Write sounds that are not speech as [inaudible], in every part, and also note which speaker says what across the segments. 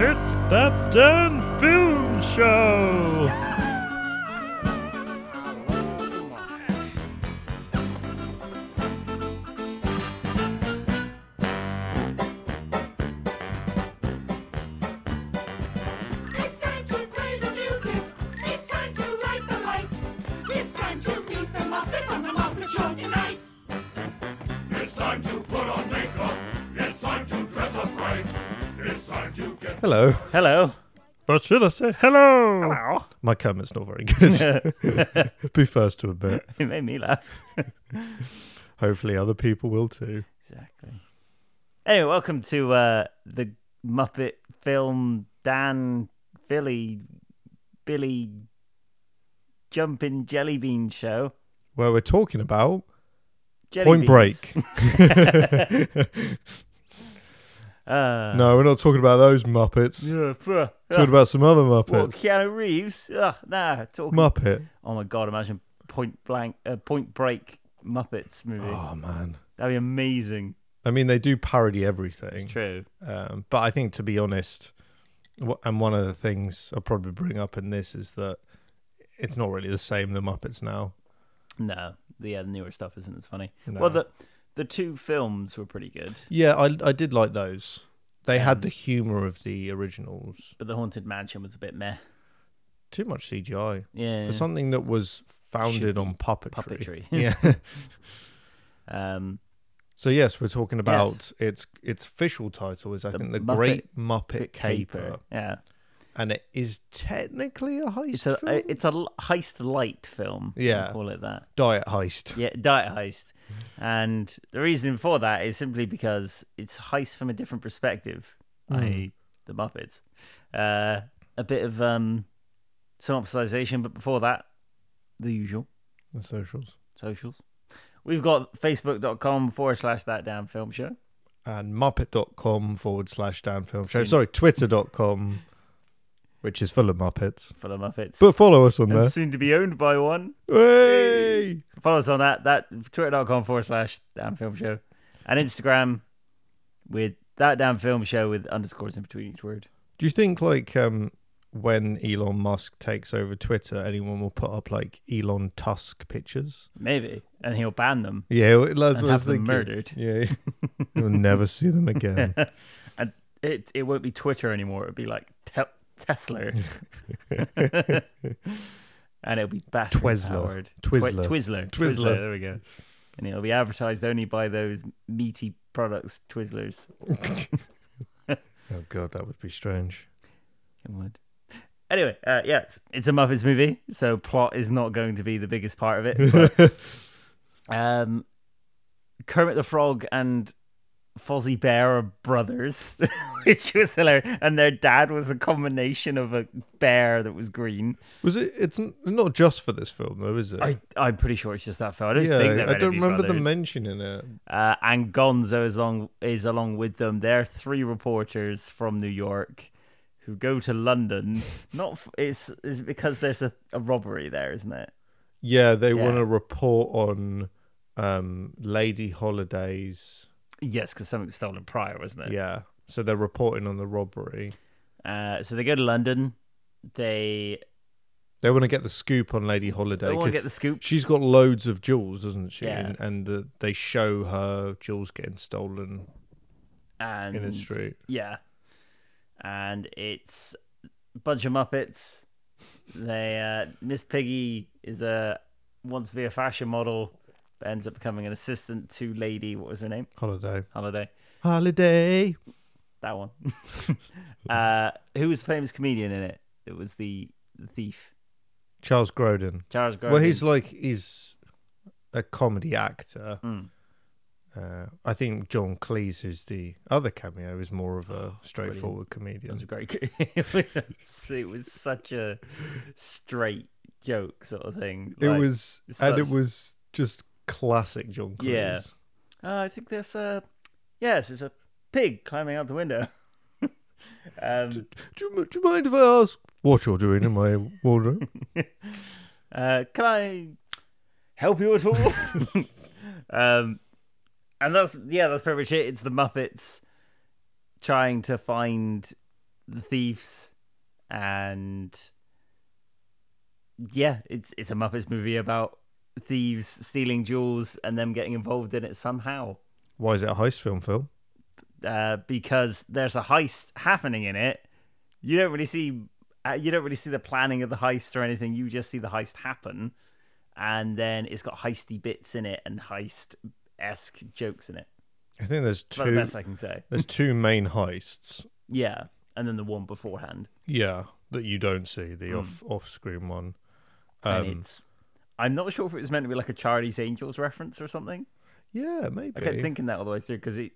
Speaker 1: It's that Dan Film Show!
Speaker 2: It's time to play the music. It's time to light the lights. It's time to meet the Muppets on the Muppet Show tonight. It's time to put on makeup. It's time to dress up right. It's time to get.
Speaker 3: Hello.
Speaker 4: Hello. [laughs]
Speaker 1: But should I say hello?
Speaker 4: Hello.
Speaker 3: My comment's not very good.
Speaker 1: [laughs]
Speaker 3: Be first to admit.
Speaker 4: It made me laugh.
Speaker 3: Hopefully, other people will too.
Speaker 4: Exactly. Anyway, welcome to uh, the Muppet film Dan Philly Billy Jumping Jelly Bean Show.
Speaker 3: Well, we're talking about
Speaker 4: Jelly
Speaker 3: Point
Speaker 4: beans.
Speaker 3: Break.
Speaker 1: [laughs]
Speaker 3: [laughs]
Speaker 4: Uh,
Speaker 3: No, we're not talking about those Muppets.
Speaker 4: yeah, bruh.
Speaker 3: Talking
Speaker 4: Ugh,
Speaker 3: about some other
Speaker 4: what,
Speaker 3: Muppets.
Speaker 4: Keanu Reeves. Ugh, nah, talking.
Speaker 3: Muppet.
Speaker 4: oh my god! Imagine Point Blank, uh, Point Break Muppets movie.
Speaker 3: Oh man.
Speaker 4: That'd be amazing.
Speaker 3: I mean, they do parody everything.
Speaker 4: True.
Speaker 3: Um, but I think, to be honest, wh- and one of the things I'll probably bring up in this is that it's not really the same the Muppets now.
Speaker 4: No, the uh, newer stuff isn't as funny.
Speaker 3: No.
Speaker 4: Well, the the two films were pretty good,
Speaker 3: Yeah, I I did like those. They had the humor of the originals.
Speaker 4: but the Haunted Mansion was a bit meh.
Speaker 3: Too much CGI.
Speaker 4: Yeah.
Speaker 3: for something that was founded on puppetry.
Speaker 4: puppetry.
Speaker 3: [laughs] yeah.
Speaker 4: um,
Speaker 3: So yes, we're talking about
Speaker 4: Yes.
Speaker 3: its its official title is I
Speaker 4: The
Speaker 3: think the
Speaker 4: Muppet-
Speaker 3: Great Muppet
Speaker 4: Bit
Speaker 3: Caper,
Speaker 4: Yeah.
Speaker 3: and it is technically a heist.
Speaker 4: It's a
Speaker 3: film?
Speaker 4: it's a l- heist light film. we'll
Speaker 3: Yeah.
Speaker 4: Call it that.
Speaker 3: diet heist.
Speaker 4: Yeah, diet heist. And the reason for that is simply because it's a heist from a different perspective,
Speaker 3: Hmm.
Speaker 4: i.e., the Muppets. Uh, a bit of um, synopsisation, but before that, the usual.
Speaker 3: The socials
Speaker 4: socials. We've got facebook.com forward slash that damn film show.
Speaker 3: and Muppet.com forward slash Dan Film Show.
Speaker 4: Seen-
Speaker 3: Sorry, Twitter.com, which is full of Muppets.
Speaker 4: Full of Muppets.
Speaker 3: But follow us on
Speaker 4: and
Speaker 3: there.
Speaker 4: soon to be owned by one.
Speaker 3: Hey!
Speaker 4: Follow us on that, that twitter.com forward slash damn film show. And Instagram with that damn film show with underscores in between each word.
Speaker 3: Do you think like um when Elon Musk takes over Twitter, anyone will put up like Elon Tusk pictures?
Speaker 4: Maybe. And he'll ban them
Speaker 3: Yeah, well, that's
Speaker 4: and
Speaker 3: what I was
Speaker 4: have them
Speaker 3: thinking.
Speaker 4: murdered.
Speaker 3: Yeah, you'll never see them
Speaker 4: [laughs]
Speaker 3: again.
Speaker 4: And it, it won't be Twitter anymore. It'll be like te- Tesla. [laughs] and it'll be battery
Speaker 3: Twizzler.
Speaker 4: powered.
Speaker 3: Twizzler.
Speaker 4: Twi- Twizzler.
Speaker 3: Twizzler.
Speaker 4: There we go. And it'll be advertised only by those meaty products, Twizzlers.
Speaker 3: oh god, that would be strange.
Speaker 4: It would. Anyway, uh, yeah, it's, it's a Muppets movie, so plot is not going to be the biggest part
Speaker 3: [laughs]
Speaker 4: of it. but, um, Kermit the Frog and Fozzie Bear are brothers, [laughs] which was hilarious. And their dad was a combination of a bear that was green.
Speaker 3: Was it? It's n- not just for this film, though, is it?
Speaker 4: I, I'm pretty sure it's just that film. I don't think
Speaker 3: yeah,
Speaker 4: they're
Speaker 3: I
Speaker 4: meant to
Speaker 3: don't
Speaker 4: be
Speaker 3: remember them
Speaker 4: brothers.
Speaker 3: mentioning it.
Speaker 4: uh, and Gonzo is along is along with them. They're three reporters from New York who go to [laughs] London. Not f- it's is because there's a, a robbery there, isn't it?
Speaker 3: Yeah, they
Speaker 4: Yeah.
Speaker 3: want to report on um, Lady Holidays.
Speaker 4: Yes, because something was stolen prior, wasn't it?
Speaker 3: Yeah, so they're reporting on the robbery.
Speaker 4: Uh, so they go to London. They
Speaker 3: They want to get the scoop on Lady Holiday.
Speaker 4: they want to
Speaker 3: 'cause
Speaker 4: get the scoop.
Speaker 3: She's got loads of jewels, doesn't she?
Speaker 4: Yeah.
Speaker 3: And, and the, they show her jewels getting stolen
Speaker 4: And
Speaker 3: in the street.
Speaker 4: Yeah. And it's a bunch of Muppets. They uh, Miss Piggy is a wants to be a fashion model, but ends up becoming an assistant to Lady. What was her name?
Speaker 3: Holiday.
Speaker 4: Holiday.
Speaker 3: Holiday.
Speaker 4: That one. [laughs] uh, who was the famous comedian in it? It was the thief,
Speaker 3: Charles Grodin.
Speaker 4: Charles Grodin.
Speaker 3: Well, he's like he's a comedy actor.
Speaker 4: Mm.
Speaker 3: Uh, I think John Cleese, who's the other cameo, is more of a straightforward
Speaker 4: It was
Speaker 3: comedian.
Speaker 4: a great. [laughs] it, was, it was such a straight joke sort of thing.
Speaker 3: It
Speaker 4: Like,
Speaker 3: was,
Speaker 4: it's
Speaker 3: and it
Speaker 4: such-
Speaker 3: was just classic John Cleese.
Speaker 4: Yeah. Uh, I think there's a yes, it's a pig climbing out the window. um,
Speaker 3: Do, you, do you mind if I ask what you're doing in [laughs] my wardrobe?
Speaker 4: uh, can I help you at all? um, and that's yeah, that's pretty much it. It's the Muppets trying to find the thieves, and yeah, it's it's a Muppets movie about thieves stealing jewels and them getting involved in it somehow.
Speaker 3: Why is it a heist film, Phil?
Speaker 4: Uh, because there's a heist happening in it. You don't really see uh, you don't really see the planning of the heist or anything. You just see the heist happen, and then it's got heisty bits in it and heist esque jokes in it.
Speaker 3: I think there's
Speaker 4: That's the
Speaker 3: two.
Speaker 4: best I can say.
Speaker 3: There's two main heists.
Speaker 4: Yeah, and then the one beforehand,
Speaker 3: Yeah, that you don't see the
Speaker 4: Hmm.
Speaker 3: off off screen one.
Speaker 4: and
Speaker 3: Um,
Speaker 4: it's. I'm not sure if it was meant to be like a Charlie's Angels reference or something.
Speaker 3: Yeah, maybe.
Speaker 4: I kept thinking that all the way through because it,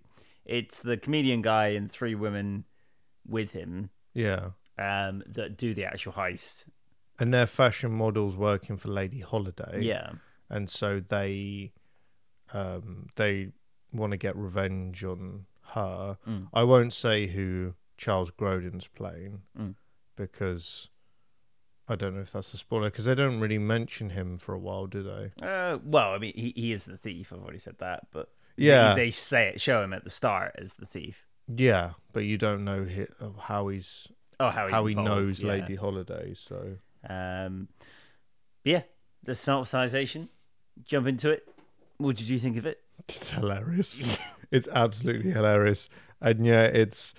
Speaker 4: it's the comedian guy and three women with him
Speaker 3: yeah,
Speaker 4: um, that do the actual heist.
Speaker 3: and they're fashion models working for Lady Holiday.
Speaker 4: Yeah,
Speaker 3: and so they um they want to get revenge on her.
Speaker 4: Mm.
Speaker 3: I won't say who Charles Grodin's playing
Speaker 4: Mm.
Speaker 3: because I don't know if that's a spoiler because they don't really mention him for a while, do they?
Speaker 4: Uh, well, I mean, he, he is the thief. I've already said that, but
Speaker 3: Yeah.
Speaker 4: they, they say it, show him at the start as the thief.
Speaker 3: Yeah, but you don't know hi- of how he's
Speaker 4: Oh, how, he's
Speaker 3: how he
Speaker 4: involved,
Speaker 3: knows
Speaker 4: yeah.
Speaker 3: Lady Holiday. So
Speaker 4: Um, but yeah, the synopsization. Jump into it. What did you think of it?
Speaker 3: it's hilarious. it's absolutely hilarious, and yeah, it's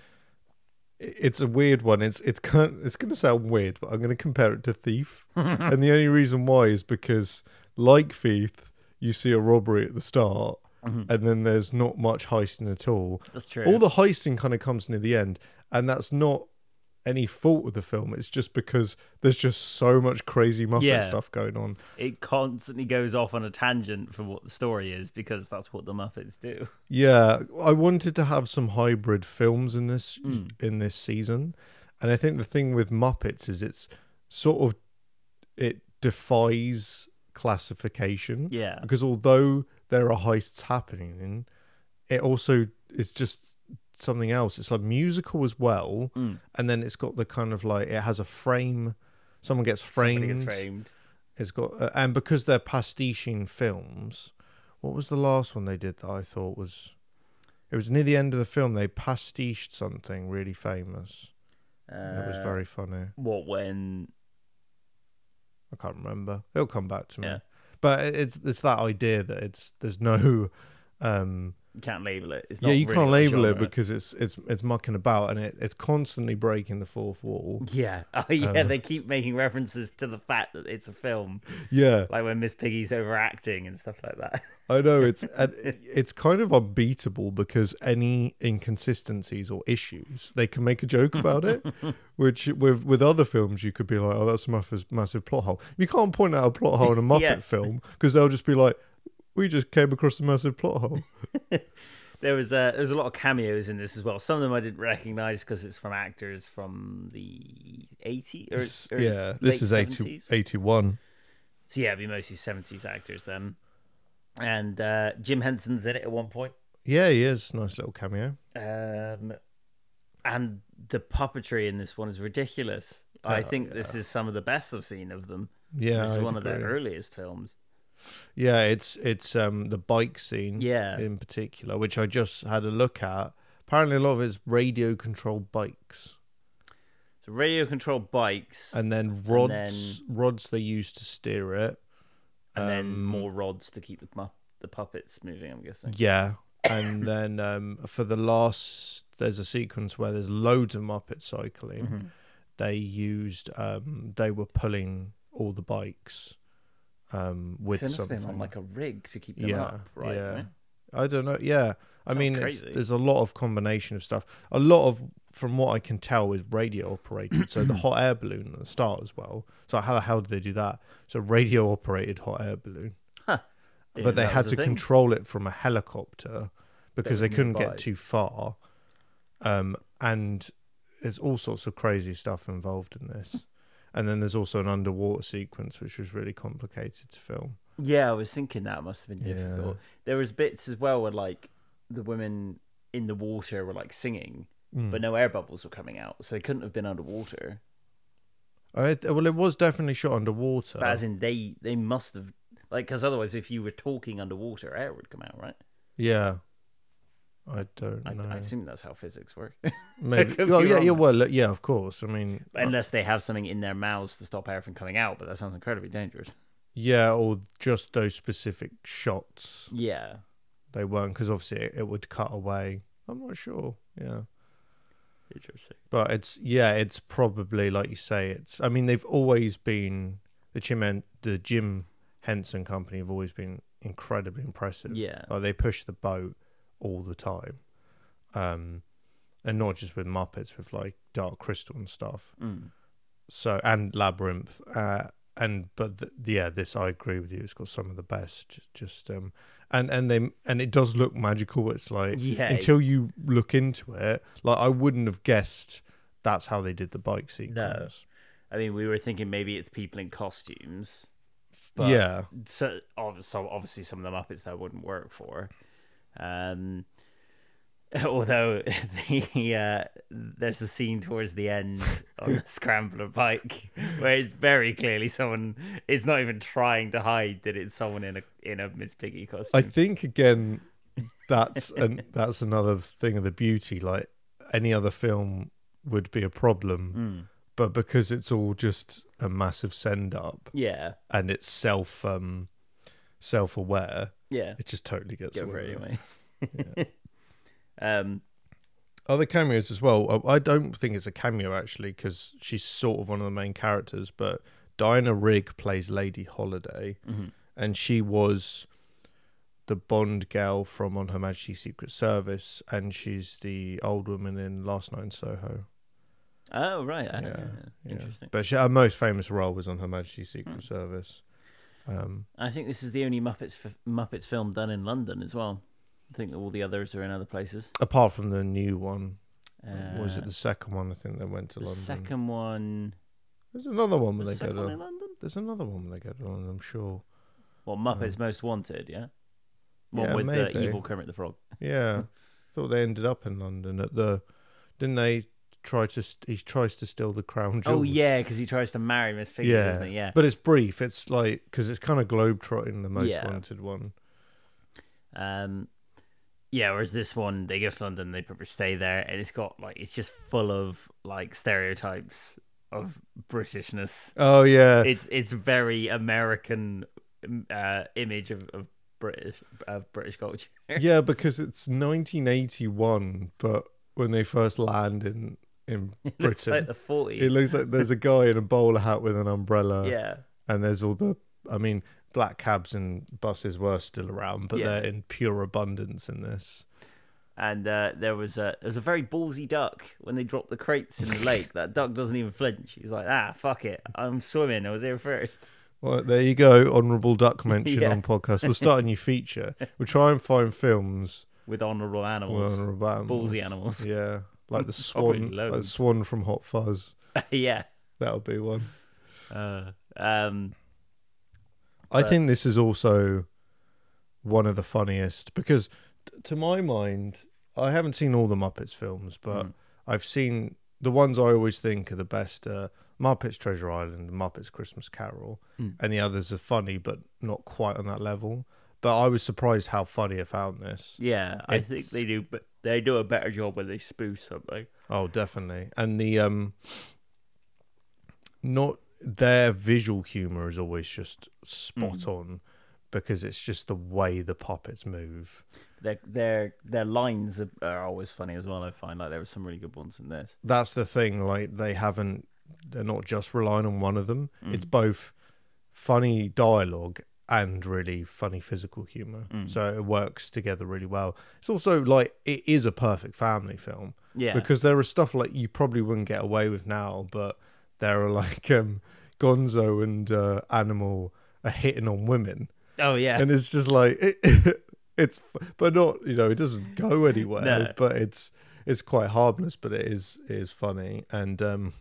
Speaker 3: it's a weird one. It's it's kind it's going to sound weird, but I'm going to compare it to
Speaker 4: [laughs]
Speaker 3: Thief, and the only reason why is because like Thief, you see a robbery at the start. And then there's not much heisting at all.
Speaker 4: Mm-hmm. That's true.
Speaker 3: All the heisting kind of comes near the end, and that's not any fault of the film. It's just because there's just so much crazy Muppet
Speaker 4: Yeah.
Speaker 3: stuff going on.
Speaker 4: It constantly goes off on a tangent for what the story is because that's what the Muppets do. [laughs]
Speaker 3: Yeah, I wanted to have some hybrid films in this
Speaker 4: Hmm.
Speaker 3: in this season, and I think the thing with Muppets is it's sort of it defies classification.
Speaker 4: Yeah.
Speaker 3: because although there are heists happening, it also is just something else. It's like musical as well,
Speaker 4: Hmm.
Speaker 3: and then it's got the kind of like it has a frame. Someone gets framed.
Speaker 4: Somebody gets framed.
Speaker 3: It's got uh, and because they're pastiching films. What was the last one they did that I thought was? It was near the end of the film. They pastiched something really famous. it was
Speaker 4: Uh,
Speaker 3: very funny.
Speaker 4: What when?
Speaker 3: I can't remember. It'll come back to me.
Speaker 4: Yeah.
Speaker 3: But it- it's it's that idea that it's there's no. Um,
Speaker 4: You can't label it. It's not
Speaker 3: yeah, you
Speaker 4: really
Speaker 3: can't
Speaker 4: a
Speaker 3: label it
Speaker 4: genre.
Speaker 3: because it's it's it's mucking about and it, it's constantly breaking the fourth
Speaker 4: [laughs]
Speaker 3: wall.
Speaker 4: [laughs] Yeah. Oh, yeah.
Speaker 3: Um,
Speaker 4: they keep making references to the fact that it's a film,
Speaker 3: Yeah,
Speaker 4: like when Miss Piggy's overacting and stuff like that. [laughs]
Speaker 3: I know it's and it's kind of unbeatable because any inconsistencies or issues they can make a joke about
Speaker 4: [laughs]
Speaker 3: it, which with with other films you could be like, oh, that's a massive, massive plot hole. You can't point out a plot hole in a
Speaker 4: [laughs]
Speaker 3: Muppet
Speaker 4: Yeah.
Speaker 3: film because they'll just be like, we just came across a massive plot hole.
Speaker 4: There was a there was a lot of cameos in this as well. Some of them I didn't recognize because it's from actors from the 80s. Or, or
Speaker 3: yeah,
Speaker 4: late
Speaker 3: this is 80,
Speaker 4: 70s.
Speaker 3: 81.
Speaker 4: So yeah, it'd be mostly seventies actors then. And uh, Jim Henson's in it at one point.
Speaker 3: Yeah, he is nice little cameo.
Speaker 4: Um, and the puppetry in this one is ridiculous. I think this is some of the best I've seen of them.
Speaker 3: Oh, Yeah,
Speaker 4: this is
Speaker 3: I'd
Speaker 4: one of their
Speaker 3: agree.
Speaker 4: earliest films.
Speaker 3: Yeah, it's it's um the bike scene
Speaker 4: Yeah.
Speaker 3: in particular, which I just had a look at. Apparently, a lot of it's radio controlled bikes.
Speaker 4: So radio controlled bikes,
Speaker 3: and
Speaker 4: and,
Speaker 3: then rods rods they use to steer it
Speaker 4: then
Speaker 3: Um,
Speaker 4: more rods to keep the mu- the puppets moving. I'm guessing.
Speaker 3: yeah
Speaker 4: [coughs]
Speaker 3: and then um for the last there's a sequence where there's loads of muppet cycling
Speaker 4: Mm-hmm.
Speaker 3: they used um they were pulling all the bikes um with
Speaker 4: So it must have been
Speaker 3: something
Speaker 4: on like a rig to keep them
Speaker 3: yeah
Speaker 4: up, right?
Speaker 3: yeah
Speaker 4: right?
Speaker 3: i don't know yeah i mean it's,
Speaker 4: crazy.
Speaker 3: there's a lot of combination of stuff a lot of from what i can tell is radio operated so
Speaker 4: [coughs]
Speaker 3: the hot air balloon at the start as well so how the hell did they do that so radio operated hot air balloon
Speaker 4: Didn't
Speaker 3: but
Speaker 4: know
Speaker 3: they
Speaker 4: that
Speaker 3: had
Speaker 4: was
Speaker 3: to
Speaker 4: a thing.
Speaker 3: control it from a helicopter because they
Speaker 4: was
Speaker 3: couldn't
Speaker 4: nearby.
Speaker 3: get too far. Um, and there's all sorts of crazy stuff involved in this. And then there's also an underwater sequence, which was really complicated to film.
Speaker 4: Yeah, I was thinking that must have been
Speaker 3: Yeah.
Speaker 4: difficult. There was bits as well where like the women in the water were like singing,
Speaker 3: Hmm.
Speaker 4: but no air bubbles were coming out, so they couldn't have been underwater.
Speaker 3: All right, well, it was definitely shot underwater.
Speaker 4: But as in they they must have like because otherwise if you were talking underwater, air would come out, right?
Speaker 3: yeah. I don't
Speaker 4: I,
Speaker 3: know.
Speaker 4: [laughs] I assume that's how physics work. [laughs]
Speaker 3: Maybe.
Speaker 4: could
Speaker 3: Oh
Speaker 4: be
Speaker 3: yeah,
Speaker 4: wrong.
Speaker 3: yeah. Well, look, yeah. Of course. I mean, uh,
Speaker 4: Unless they have something in their mouths to stop air from coming out, but that sounds incredibly dangerous.
Speaker 3: yeah, or just those specific shots.
Speaker 4: Yeah.
Speaker 3: They weren't because obviously it, it would cut away. I'm not sure. Yeah.
Speaker 4: Interesting.
Speaker 3: But it's yeah, it's probably like you say. It's I mean they've always been the Jim and the Jim Henson Company have always been incredibly impressive.
Speaker 4: Yeah.
Speaker 3: like they push the boat all the time, um, and not just with Muppets, with like Dark Crystal and stuff.
Speaker 4: Mm.
Speaker 3: So and Labyrinth, uh, and but th- yeah, this I agree with you. It's got some of the best. Just um, and and they and it does look magical. It's like
Speaker 4: Yeah.
Speaker 3: until you look into it, like I wouldn't have guessed that's how they did the bike sequence.
Speaker 4: I mean, we were thinking maybe it's people in costumes. But
Speaker 3: yeah,
Speaker 4: so, ob- so obviously some of the Muppets that wouldn't work for. Um, [laughs] although [laughs] the uh, there's a scene towards the end on the [laughs] scrambler bike where it's very clearly someone. It's not even trying to hide that it's someone in a in a Miss Piggy
Speaker 3: I
Speaker 4: costume.
Speaker 3: think again, that's an that's another thing of the beauty. Like any other film would be a problem, but because it's all just a massive send up
Speaker 4: yeah,
Speaker 3: and it's self um self aware,
Speaker 4: yeah.
Speaker 3: it just totally gets
Speaker 4: Go
Speaker 3: away
Speaker 4: for
Speaker 3: with
Speaker 4: it
Speaker 3: it.
Speaker 4: anyway. [laughs] um,
Speaker 3: other Oh, cameos as well. uh, I don't think it's a cameo actually because she's sort of one of the main characters, but Diana Rigg plays Lady Holiday,
Speaker 4: Mm-hmm.
Speaker 3: and she was the Bond girl from On Her Majesty's Secret Service, and she's the old woman in Last Night in Soho.
Speaker 4: oh right, I-
Speaker 3: Yeah.
Speaker 4: interesting. Hmm.
Speaker 3: But she, her most famous role was on Her Majesty's Secret Service. Um,
Speaker 4: I think this is the only Muppets f- Muppets film done in London as well. I think that all the others are in other places.
Speaker 3: apart from the new one,
Speaker 4: Uh,
Speaker 3: was it the second one? I think they went to
Speaker 4: The
Speaker 3: London.
Speaker 4: second one.
Speaker 3: There's another one
Speaker 4: The
Speaker 3: where they go
Speaker 4: second
Speaker 3: to.
Speaker 4: one in London?
Speaker 3: There's another one where they go to London. I'm sure.
Speaker 4: Well, Muppets Most Wanted, yeah? One
Speaker 3: Mm. Yeah,
Speaker 4: with the
Speaker 3: maybe.
Speaker 4: evil Kermit the Frog.
Speaker 3: Yeah, thought they ended up in London at the. Didn't they try to? st- He tries to steal the crown jewels.
Speaker 4: Oh, yeah, because he tries to marry Miss Piggy,
Speaker 3: yeah,
Speaker 4: doesn't he? Yeah.
Speaker 3: But it's brief. It's like because it's kind of globetrotting, the most
Speaker 4: Yeah.
Speaker 3: wanted one.
Speaker 4: Um, yeah, whereas this one, they go to London, they probably stay there, and it's got, like, it's just full of, like, stereotypes of Britishness.
Speaker 3: Oh yeah,
Speaker 4: [laughs] It's it's very American um, uh, image of, of British of British culture.
Speaker 3: yeah, because it's 1981, but when they first land in
Speaker 4: [laughs]
Speaker 3: in
Speaker 4: it's
Speaker 3: Britain,
Speaker 4: like the 40s.
Speaker 3: it looks like there's a guy in a bowler hat with an umbrella.
Speaker 4: yeah.
Speaker 3: and there's all the i mean black cabs and buses were still around but
Speaker 4: Yeah.
Speaker 3: they're in pure abundance in this
Speaker 4: and uh, there was a there was a very ballsy duck when they dropped the
Speaker 3: [laughs]
Speaker 4: crates in the lake. That duck doesn't even flinch. He's like, ah, fuck it, I'm swimming. I was here first.
Speaker 3: well there you go honorable
Speaker 4: [laughs]
Speaker 3: duck mention
Speaker 4: Yeah.
Speaker 3: on podcast we'll start a new feature we'll try and find films
Speaker 4: With honourable
Speaker 3: with
Speaker 4: animals,
Speaker 3: honorable animals.
Speaker 4: ballsy animals.
Speaker 3: yeah like the
Speaker 4: [laughs] Probably
Speaker 3: swan like the
Speaker 4: loads.
Speaker 3: swan from hot fuzz
Speaker 4: [laughs] yeah.
Speaker 3: that'll be one
Speaker 4: Uh, um,
Speaker 3: i think this is also one of the funniest because t- to my mind i haven't seen all the muppets films but i've seen the ones i always think are the best uh, muppets treasure island muppets christmas carol and the others are funny but not quite on that level but i was surprised how funny i found this
Speaker 4: yeah, I think they do, but they do a better job when they spoof something.
Speaker 3: oh definitely and the um not their visual humor is always just spot on because it's just the way the puppets move
Speaker 4: Their their their lines are, are always funny as well. I find like there were some really good ones in this.
Speaker 3: that's the thing like they haven't they're not just relying on one of them it's both funny dialogue and really funny physical humor so it works together really well it's also like it is a perfect family film
Speaker 4: Yeah.
Speaker 3: because there are stuff like you probably wouldn't get away with now but there are [laughs] like um gonzo and uh, animal are hitting on women
Speaker 4: Oh yeah,
Speaker 3: and it's just like it, [laughs] it's but not you know it doesn't go anywhere
Speaker 4: No.
Speaker 3: but it's it's quite harmless but it is it is funny and um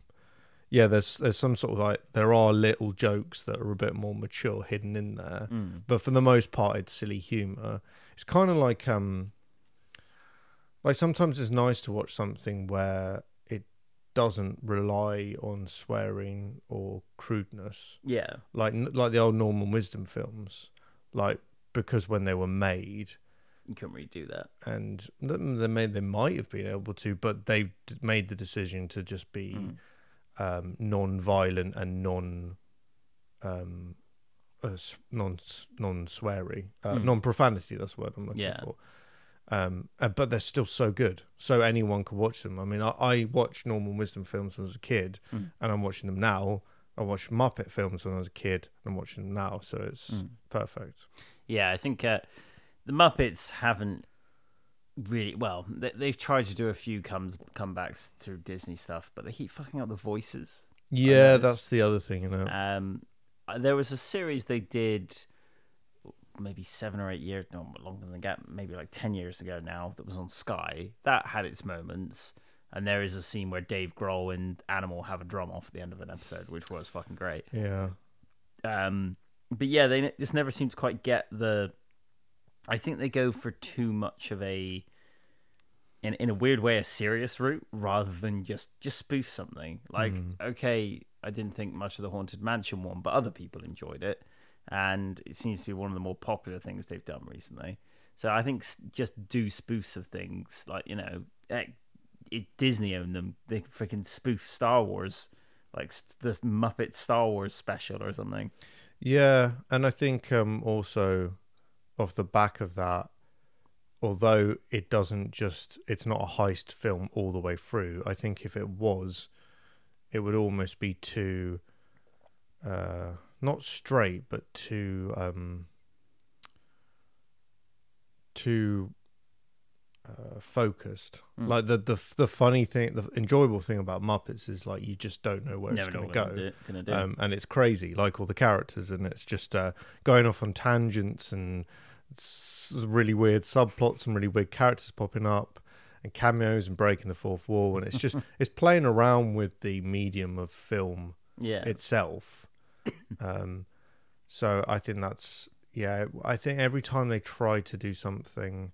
Speaker 3: yeah there's there's some sort of like there are little jokes that are a bit more mature hidden in there
Speaker 4: Hmm.
Speaker 3: but for the most part it's silly humor it's kind of like um like sometimes it's nice to watch something where it doesn't rely on swearing or crudeness
Speaker 4: yeah,
Speaker 3: like like the old Norman Wisdom films, like because when they were made,
Speaker 4: You couldn't really do that.
Speaker 3: and they they may they might have been able to, but they've d- made the decision to just be um, non-violent and non, um, uh, s- non non sweary, uh, non profanity. That's the word I'm looking
Speaker 4: Yeah.
Speaker 3: for. Um, uh, but they're still so good, so anyone could watch them. I mean, I, I watched Norman Wisdom films when I was a kid, and I'm watching them now. I watched Muppet films when I was a kid, and I'm watching them now, so it's perfect.
Speaker 4: Yeah, I think uh, the Muppets haven't really. Well, they, they've tried to do a few comes comebacks through Disney stuff, but they keep fucking up the voices.
Speaker 3: Yeah,
Speaker 4: it's-
Speaker 3: that's the other thing, you know.
Speaker 4: Um, uh, there was a series they did maybe seven or eight years, no longer than that, maybe like ten years ago now. That was on Sky. That had its moments, and there is a scene where Dave Grohl and Animal have a drum off at the end of an episode, which was fucking great.
Speaker 3: yeah.
Speaker 4: Um, but yeah, they ne- just never seem to quite get the. I think they go for too much of a. In, in a weird way, a serious route rather than just just spoof something. Like, okay, I didn't think much of the Haunted Mansion one, but other people enjoyed it, and it seems to be one of the more popular things they've done recently. So I think s- just do spoofs of things like you know, eh, it, Disney owned them. They freaking spoof Star Wars, like s- the Muppet Star Wars special or something.
Speaker 3: Yeah, and I think um, also off the back of that, although it doesn't just it's not a heist film all the way through. I think if it was, it would almost be too uh, not straight, but too um, too uh, focused.
Speaker 4: Hmm.
Speaker 3: Like the the the funny thing, the enjoyable thing about Muppets is like you just don't know where
Speaker 4: Never
Speaker 3: it's
Speaker 4: know
Speaker 3: going
Speaker 4: what
Speaker 3: to go
Speaker 4: they're do- gonna do.
Speaker 3: um, and it's crazy, like all the characters, and it's just uh, going off on tangents and s- really weird subplots and really weird characters popping up and cameos and breaking the fourth wall, and it's
Speaker 4: [laughs]
Speaker 3: just it's playing around with the medium of film
Speaker 4: yeah,
Speaker 3: itself. Um, so I think that's yeah. I think every time they try to do something,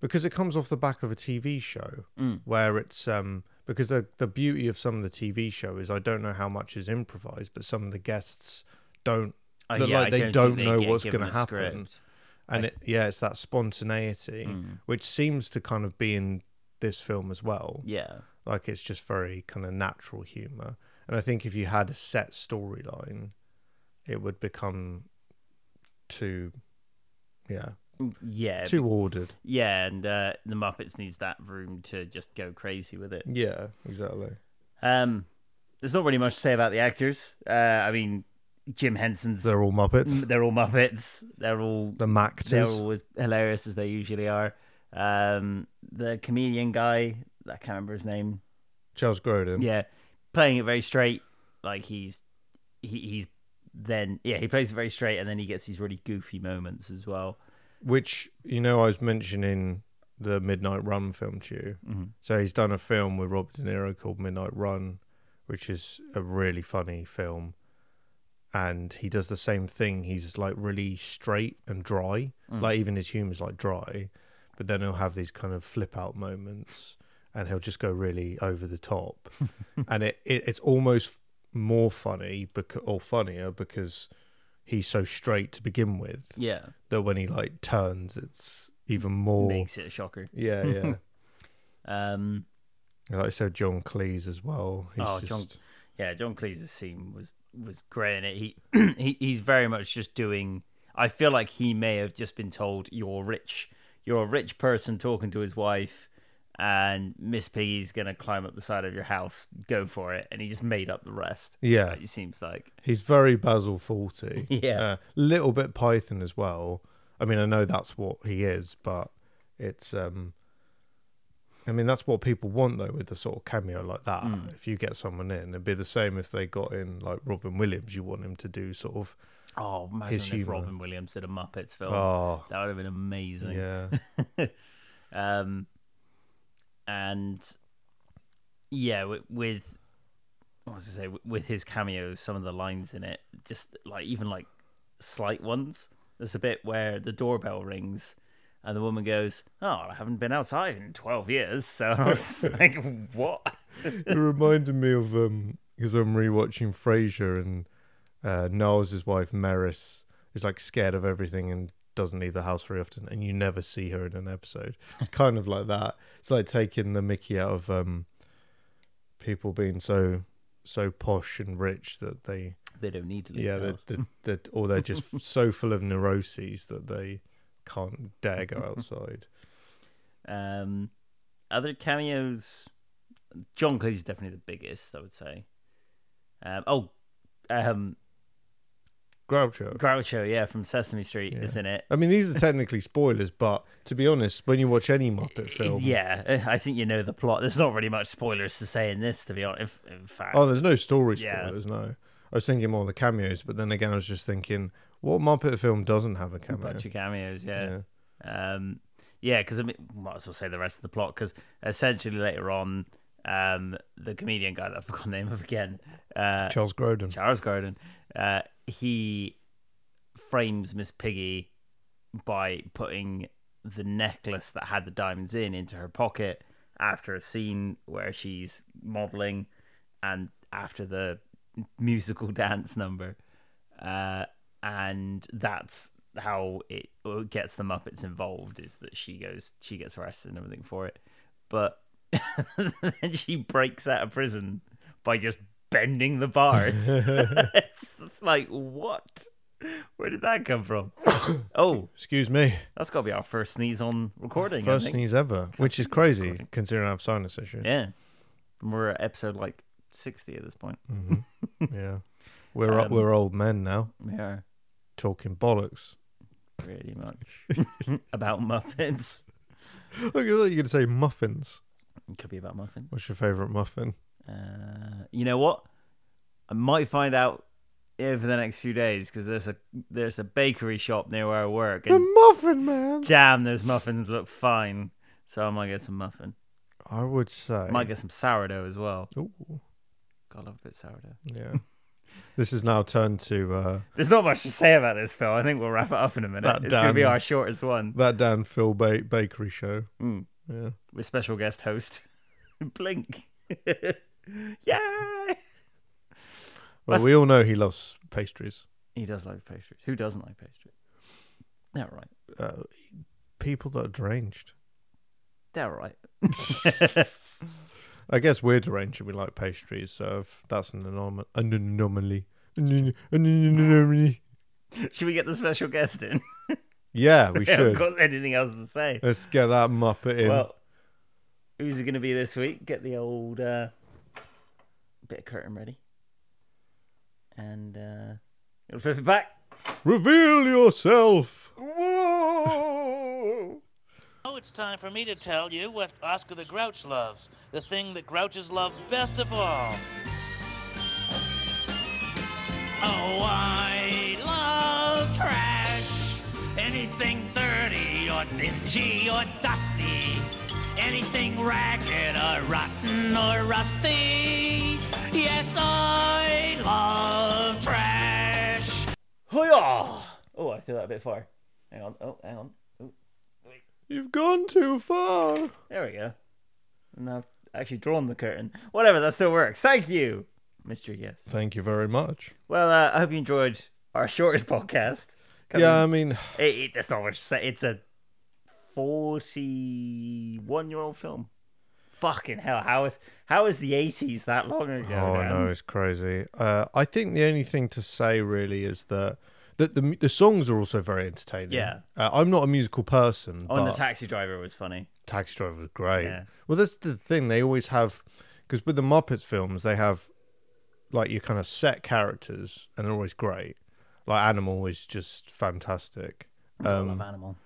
Speaker 3: because it comes off the back of a TV show where it's um because the the beauty of some of the TV show is I don't know how much is improvised, but some of the guests don't.
Speaker 4: Oh,
Speaker 3: look
Speaker 4: yeah,
Speaker 3: like
Speaker 4: I
Speaker 3: they
Speaker 4: think
Speaker 3: don't
Speaker 4: they
Speaker 3: know
Speaker 4: get
Speaker 3: what's
Speaker 4: given
Speaker 3: gonna
Speaker 4: a
Speaker 3: happen.
Speaker 4: script.
Speaker 3: and it, yeah, it's that spontaneity which seems to kind of be in this film as well
Speaker 4: Yeah,
Speaker 3: like it's just very kind of natural humor and i think if you had a set storyline it would become too yeah
Speaker 4: yeah,
Speaker 3: too ordered
Speaker 4: yeah, and uh, the Muppets needs that room to just go crazy with it.
Speaker 3: yeah exactly
Speaker 4: Um, there's not really much to say about the actors. Uh, I mean, Jim Henson's. um,
Speaker 3: they're all muppets
Speaker 4: They're all Muppets. They're
Speaker 3: the
Speaker 4: all Mm. they're
Speaker 3: mactors
Speaker 4: all as hilarious as they usually are. Um, the comedian guy, I can't remember his name.
Speaker 3: charles grodin
Speaker 4: Yeah, playing it very straight. Like he's he, he's then yeah he plays it very straight, and then he gets these really goofy moments as well.
Speaker 3: which you know i was mentioning the midnight run film to you so he's done a film with robert de niro called midnight run which is a really funny film and he does the same thing he's like really straight and dry like even his humor's like dry but then he'll have these kind of flip out moments and he'll just go really over the top and it, it it's almost more funny because or funnier because he's so straight to begin with
Speaker 4: Yeah,
Speaker 3: that when he like turns, it's even more.
Speaker 4: makes it a shocker.
Speaker 3: [laughs] Yeah,
Speaker 4: [laughs]
Speaker 3: yeah.
Speaker 4: Um,
Speaker 3: like so, John Cleese as well. He's
Speaker 4: oh,
Speaker 3: just,
Speaker 4: John, yeah, John Cleese's scene was was great, and it. He, [clears throat] he he's very much just doing. I feel like he may have just been told you're rich, you're a rich person talking to his wife, and Miss Piggy's gonna climb up the side of your house. Go for it, and he just made up the rest.
Speaker 3: Yeah.
Speaker 4: it seems like
Speaker 3: He's very Basil Fawlty.
Speaker 4: [laughs] Yeah.
Speaker 3: Uh, little bit Python as well. I mean, I know that's what he is, but it's. um I mean, that's what people want though with the sort of cameo like that.
Speaker 4: Hmm.
Speaker 3: If you get someone in, it'd be the same if they got in like Robin Williams. You want him to do sort of.
Speaker 4: oh, imagine
Speaker 3: His
Speaker 4: if
Speaker 3: humour.
Speaker 4: Robin Williams did a Muppets film.
Speaker 3: Oh,
Speaker 4: That would have been amazing.
Speaker 3: yeah.
Speaker 4: Um, and yeah, with, with what was I say? With his cameos, some of the lines in it, just like even like slight ones. There's a bit where the doorbell rings. And the woman goes, "Oh, I haven't been outside in twelve years." So I was [laughs] like, "What?"
Speaker 3: it reminded me of um because I'm rewatching Frasier and uh, Niles' wife Maris is like scared of everything and doesn't leave the house very often, and you never see her in an episode. It's kind of like that. It's like taking the Mickey out of um, people being so so posh and rich that they
Speaker 4: They don't need to leave.
Speaker 3: yeah
Speaker 4: the
Speaker 3: that
Speaker 4: house.
Speaker 3: that that or they're just f- so full of neuroses that they can't dare go outside.
Speaker 4: Um, other cameos. John Cleese is definitely the biggest, I would say. Um, oh, um,
Speaker 3: Groucho.
Speaker 4: Groucho, yeah, from Sesame Street,
Speaker 3: Yeah.
Speaker 4: isn't it?
Speaker 3: I mean, these are technically spoilers, but to be honest, when you watch any Muppet film,
Speaker 4: Yeah, I think you know the plot. There's not really much spoilers to say in this, to be honest. In in fact,
Speaker 3: Oh, there's no story
Speaker 4: Yeah.
Speaker 3: spoilers, no. I was thinking more of the cameos, but then again, I was just thinking, what Muppet film doesn't have a
Speaker 4: a
Speaker 3: cameo?
Speaker 4: bunch of cameos, yeah. Um, yeah, because I mean, might as well say the rest of the plot because essentially later on, um, the comedian guy that I forgot the name of again, uh,
Speaker 3: Charles Grodin.
Speaker 4: Charles Grodin, uh, he frames Miss Piggy by putting the necklace that had the diamonds in into her pocket after a scene where she's modeling and after the musical [laughs] dance number. Uh, and that's how it gets the Muppets involved is that she goes, she gets arrested and everything for it. But [laughs] then she breaks out of prison by just bending
Speaker 3: [laughs]
Speaker 4: the bars. it's, it's like, what? Where did that come from? [coughs] oh,
Speaker 3: Excuse me.
Speaker 4: that's got to be our first sneeze on recording. I
Speaker 3: First
Speaker 4: think.
Speaker 3: sneeze ever, which is crazy considering I have sinus issues.
Speaker 4: Yeah. We're at episode like 60 at this point.
Speaker 3: [laughs] Yeah. We're,
Speaker 4: Um,
Speaker 3: o- we're old men now,
Speaker 4: Yeah.
Speaker 3: talking bollocks. [laughs]
Speaker 4: Pretty much. [laughs] about muffins.
Speaker 3: Look, I thought you were going to say muffins.
Speaker 4: It could be about muffins.
Speaker 3: What's your favourite
Speaker 4: [laughs]
Speaker 3: muffin?
Speaker 4: Uh, you know what? I might find out over the next few days because there's a there's a bakery shop near where I work
Speaker 3: The
Speaker 4: and
Speaker 3: muffin, man!
Speaker 4: damn those muffins look fine. So I might get some muffin.
Speaker 3: I would say.
Speaker 4: I might get some sourdough as well.
Speaker 3: Ooh,
Speaker 4: God, I love a bit of sourdough. [laughs]
Speaker 3: yeah. this is now turned to uh,
Speaker 4: There's not much to say about this, Phil. I think we'll wrap it up in a minute.
Speaker 3: That
Speaker 4: it's going to be
Speaker 3: damn-
Speaker 4: our shortest one
Speaker 3: that Dan Phil ba- Bakery show.
Speaker 4: Mm.
Speaker 3: Yeah.
Speaker 4: with special guest host [laughs] Blink. [laughs] Yay!
Speaker 3: Well,
Speaker 4: That's-
Speaker 3: we all know he loves pastries.
Speaker 4: He does like pastries. Who doesn't like pastries? They're all right.
Speaker 3: uh, people that are deranged.
Speaker 4: They're all right. [laughs]
Speaker 3: I guess we're deranged and we like pastries, so if that's an, anom- an anomaly. An anomaly.
Speaker 4: Should we get the special guest in?
Speaker 3: Yeah, we
Speaker 4: [laughs] Yeah,
Speaker 3: should. Uh,
Speaker 4: Of course, anything else to say?
Speaker 3: Let's get that Muppet in.
Speaker 4: Well, who's it going to be this week? Get the old uh, bit of curtain ready, and uh, it'll flip it back.
Speaker 3: Reveal yourself!
Speaker 5: Now Oh, it's time for me to tell you what Oscar the Grouch loves, the thing that Grouches love best of all. Oh, I love trash. Anything dirty or dingy or dusty. Anything ragged or rotten or rusty. Yes, I love trash.
Speaker 4: Hoya! Oh, I threw that a bit far. Hang on. Oh, hang on. Oh,
Speaker 3: You've gone too far!
Speaker 4: there we go. And I've actually drawn the curtain. Whatever, that still works. Thank you, Mr. Yes.
Speaker 3: Thank you very much.
Speaker 4: Well, uh, I hope you enjoyed our shortest podcast.
Speaker 3: Yeah, um, I mean,
Speaker 4: It, it, that's not much to say. It's a 41 year old film. Fucking hell. How is how is the 80s that long ago?
Speaker 3: oh
Speaker 4: man?
Speaker 3: no, it's crazy. Uh, I think the only thing to say really is that. That the, mu- the songs are also very entertaining.
Speaker 4: Yeah.
Speaker 3: uh, I'm not a musical person.
Speaker 4: Oh, and
Speaker 3: but...
Speaker 4: the taxi driver was funny.
Speaker 3: Taxi Driver was great.
Speaker 4: Yeah.
Speaker 3: Well, that's the thing. They always have because with the Muppets films, they have like your kind of set characters, and they're always great. Like Animal is just fantastic.
Speaker 4: I
Speaker 3: Um,
Speaker 4: love animal.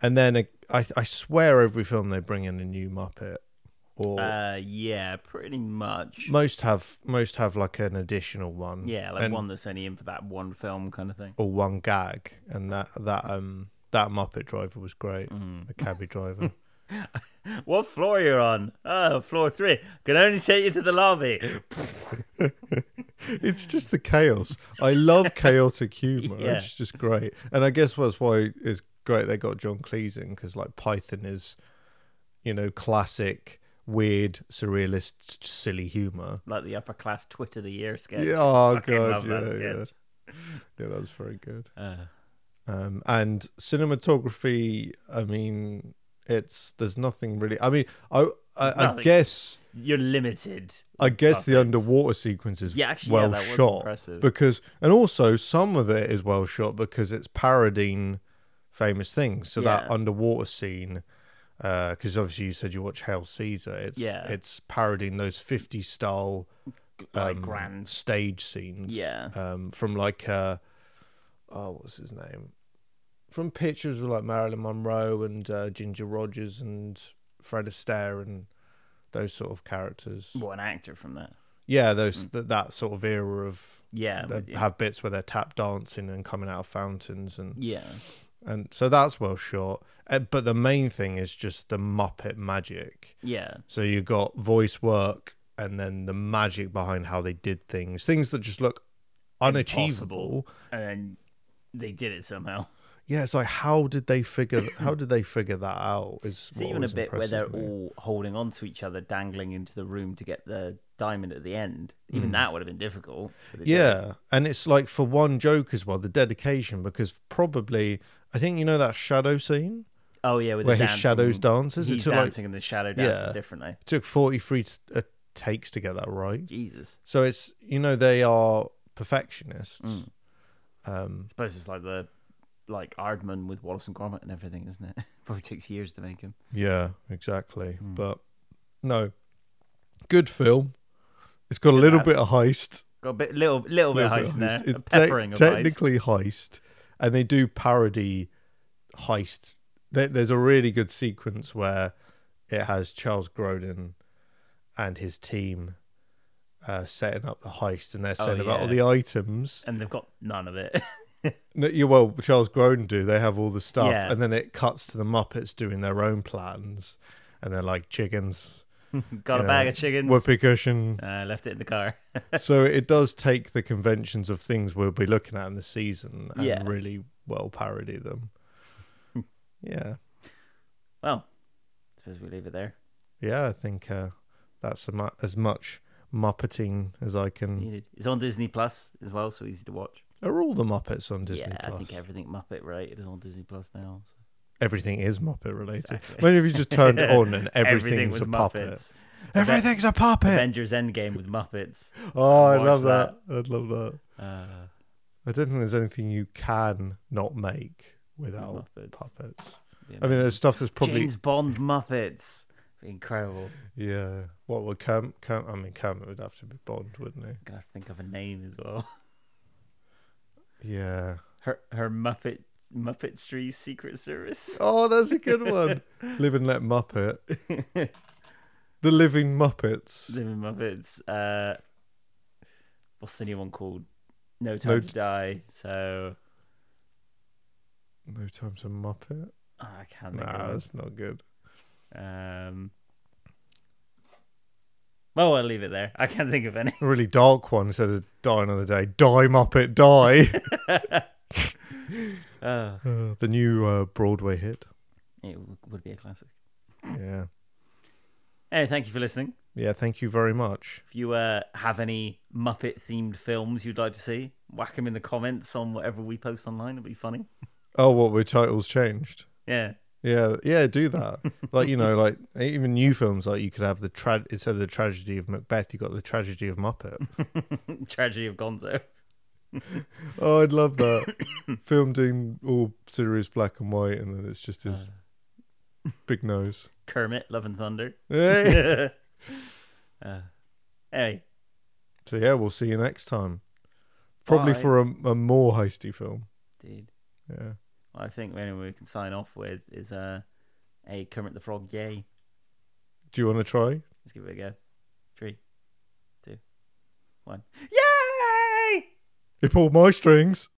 Speaker 3: And then I, I, I swear every film they bring in a new Muppet, or
Speaker 4: Uh, yeah, pretty much.
Speaker 3: most have most have like an additional one.
Speaker 4: Yeah, like
Speaker 3: and-
Speaker 4: one that's only in for that one film kind of thing.
Speaker 3: or one gag, and that that um that Muppet driver was great.
Speaker 4: Mm.
Speaker 3: The cabbie driver.
Speaker 4: What floor you're on? Oh, floor three. Can only take you to the lobby.
Speaker 3: it's just the chaos. I
Speaker 4: [laughs]
Speaker 3: love chaotic humor.
Speaker 4: Yeah.
Speaker 3: It's just great, and I guess that's why it's great they got John Cleese in because like Python is, you know, classic weird surrealist silly humor.
Speaker 4: Like the upper class Twitter the year sketch.
Speaker 3: Yeah, oh
Speaker 4: Fucking
Speaker 3: god,
Speaker 4: love
Speaker 3: yeah,
Speaker 4: that
Speaker 3: yeah,
Speaker 4: sketch.
Speaker 3: yeah, that was very good.
Speaker 4: Uh,
Speaker 3: Um, and cinematography, I mean, it's there's nothing really. I mean, I I, I
Speaker 4: nothing.
Speaker 3: guess
Speaker 4: You're limited.
Speaker 3: I guess the
Speaker 4: Puppets.
Speaker 3: underwater sequence is
Speaker 4: Yeah, actually, yeah,
Speaker 3: well
Speaker 4: that was
Speaker 3: shot
Speaker 4: impressive.
Speaker 3: because, and also some of it is well shot because it's parodying famous things. So that
Speaker 4: Yeah.
Speaker 3: underwater scene, because obviously you said you watch Hail Caesar, it's
Speaker 4: Yeah.
Speaker 3: it's parodying those 50 style
Speaker 4: Like
Speaker 3: um,
Speaker 4: grand.
Speaker 3: stage scenes.
Speaker 4: Yeah.
Speaker 3: um, from like uh, oh, what's his name? From pictures with like Marilyn Monroe and uh, Ginger Rogers and Fred Astaire and those sort of characters.
Speaker 4: What an actor from that.
Speaker 3: Yeah, those th- that sort of era of
Speaker 4: Yeah.
Speaker 3: they
Speaker 4: Mm. with you.
Speaker 3: have bits where they're tap dancing and coming out of fountains and
Speaker 4: yeah.
Speaker 3: and so that's well shot. Uh, but the main thing is just the Muppet magic.
Speaker 4: Yeah.
Speaker 3: So you got voice work and then the magic behind how they did things, things that just look unachievable.
Speaker 4: And then they did it somehow.
Speaker 3: Yeah, it's like how did they figure
Speaker 4: [coughs]
Speaker 3: how did they figure that out? Is
Speaker 4: It's
Speaker 3: what
Speaker 4: even a
Speaker 3: was
Speaker 4: bit where they're
Speaker 3: impressive to me.
Speaker 4: all holding on to each other, dangling into the room to get the diamond at the end. Even that would have been difficult. but they did it.
Speaker 3: Hmm. Yeah, and it's like for one joke as well, the dedication because probably I think you know that shadow scene.
Speaker 4: Oh yeah, with
Speaker 3: Where
Speaker 4: the
Speaker 3: his
Speaker 4: dancing.
Speaker 3: shadows dances, it
Speaker 4: He's
Speaker 3: took, like-
Speaker 4: dancing and the shadow dances
Speaker 3: Yeah.
Speaker 4: differently.
Speaker 3: It took 43 t- uh, takes to get that right.
Speaker 4: Jesus.
Speaker 3: So it's, you know, they are perfectionists.
Speaker 4: Mm. I suppose it's like the like Ardman with Wallace and Gromit and everything, isn't it? [laughs] Probably takes years to make him.
Speaker 3: Yeah, exactly.
Speaker 4: Mm.
Speaker 3: But no, good film. It's got a little
Speaker 4: laugh.
Speaker 3: bit of heist.
Speaker 4: Got a bit little little bit of
Speaker 3: little
Speaker 4: heist in there.
Speaker 3: heist.
Speaker 4: A
Speaker 3: It's
Speaker 4: peppering
Speaker 3: tec-
Speaker 4: of heist.
Speaker 3: technically heist, and they do parody heist. There, there's a really good sequence where it has Charles Grodin and his team uh, setting up the heist, and they're saying about all
Speaker 4: Oh, yeah.
Speaker 3: the items.
Speaker 4: And they've got none of it. [laughs]
Speaker 3: No, yeah, well, Charles Grodin do. They have all the stuff,
Speaker 4: Yeah.
Speaker 3: and then it cuts to the Muppets doing their own plans, and they're like chickens,
Speaker 4: Got a
Speaker 3: you
Speaker 4: bag
Speaker 3: know,
Speaker 4: of chickens.
Speaker 3: whoopee
Speaker 4: [laughs]
Speaker 3: cushion.
Speaker 4: Uh, left it in the car.
Speaker 3: so it does take the conventions of things we'll be looking at in the season and
Speaker 4: Yeah. Hmm.
Speaker 3: really well parody them. yeah,
Speaker 4: well, I suppose we leave it there.
Speaker 3: yeah, I think uh, that's a mu- as much muppeting as I can.
Speaker 4: Needed. It's on Disney Plus as well, so easy to watch.
Speaker 3: Are all the Muppets on Disney
Speaker 4: yeah, I
Speaker 3: Plus?
Speaker 4: think everything Muppet right. It is on Disney Plus now. so-
Speaker 3: Everything is Muppet related.
Speaker 4: Exactly.
Speaker 3: Imagine if you just
Speaker 4: [laughs]
Speaker 3: turned it on and
Speaker 4: Everything
Speaker 3: everything's
Speaker 4: with
Speaker 3: a puppet.
Speaker 4: Muppets.
Speaker 3: Everything's a puppet.
Speaker 4: Avengers Endgame with Muppets.
Speaker 3: oh, I
Speaker 4: Watch
Speaker 3: love that.
Speaker 4: that.
Speaker 3: I'd love that.
Speaker 4: Uh,
Speaker 3: I don't think there's anything you can not make without
Speaker 4: Muppets.
Speaker 3: puppets.
Speaker 4: Yeah,
Speaker 3: I mean, there's stuff that's [laughs] probably
Speaker 4: James Bond Muppets. Incredible.
Speaker 3: Yeah. What would Kermit, Kermit? I mean, Kermit would have to be Bond, wouldn't
Speaker 4: I'm gonna have to think of a name as well.
Speaker 3: he? Yeah.
Speaker 4: Her her Muppet Muppetry Secret
Speaker 3: [laughs]
Speaker 4: Service.
Speaker 3: Oh, that's a good one. Live and Let Muppet. the Living Muppets.
Speaker 4: Living Muppets. Uh, what's the new one called? No Time
Speaker 3: No
Speaker 4: to
Speaker 3: T-
Speaker 4: Die. So
Speaker 3: No Time to Muppet.
Speaker 4: oh, I can't think
Speaker 3: Nah,
Speaker 4: of
Speaker 3: that's not good.
Speaker 4: it. Um, well, I'll leave it there. I can't think
Speaker 3: [laughs]
Speaker 4: of any.
Speaker 3: A really dark one instead of Die Another Day. Die Muppet Die.
Speaker 4: Oh,
Speaker 3: Uh, the new uh, Broadway hit.
Speaker 4: it w- would be a classic.
Speaker 3: Yeah.
Speaker 4: Anyway, thank you for listening.
Speaker 3: Yeah. Thank you very much.
Speaker 4: If you uh, have any Muppet themed films you'd like to see, whack them in the comments on whatever we post online. It'll be funny.
Speaker 3: Oh, what were titles changed?
Speaker 4: Yeah. [laughs]
Speaker 3: Yeah, yeah, do that. Like you know, like even new films, like you could have the tra- instead of the tragedy of Macbeth, you got the tragedy of Muppet.
Speaker 4: Tragedy of Gonzo.
Speaker 3: Oh, I'd love that. Filmed in all serious black and white, and then it's just his big nose.
Speaker 4: Kermit, Love and Thunder.
Speaker 3: Hey!
Speaker 4: uh, anyway,
Speaker 3: so yeah, we'll see you next time. Probably
Speaker 4: Bye.
Speaker 3: for a, a more heisty film.
Speaker 4: dude.
Speaker 3: Yeah.
Speaker 4: What I think anyway we can sign off with is uh, a Kermit the Frog yay.
Speaker 3: Do you want to try?
Speaker 4: Let's give it a go. Three, two, one. Yay!
Speaker 3: He pulled my strings.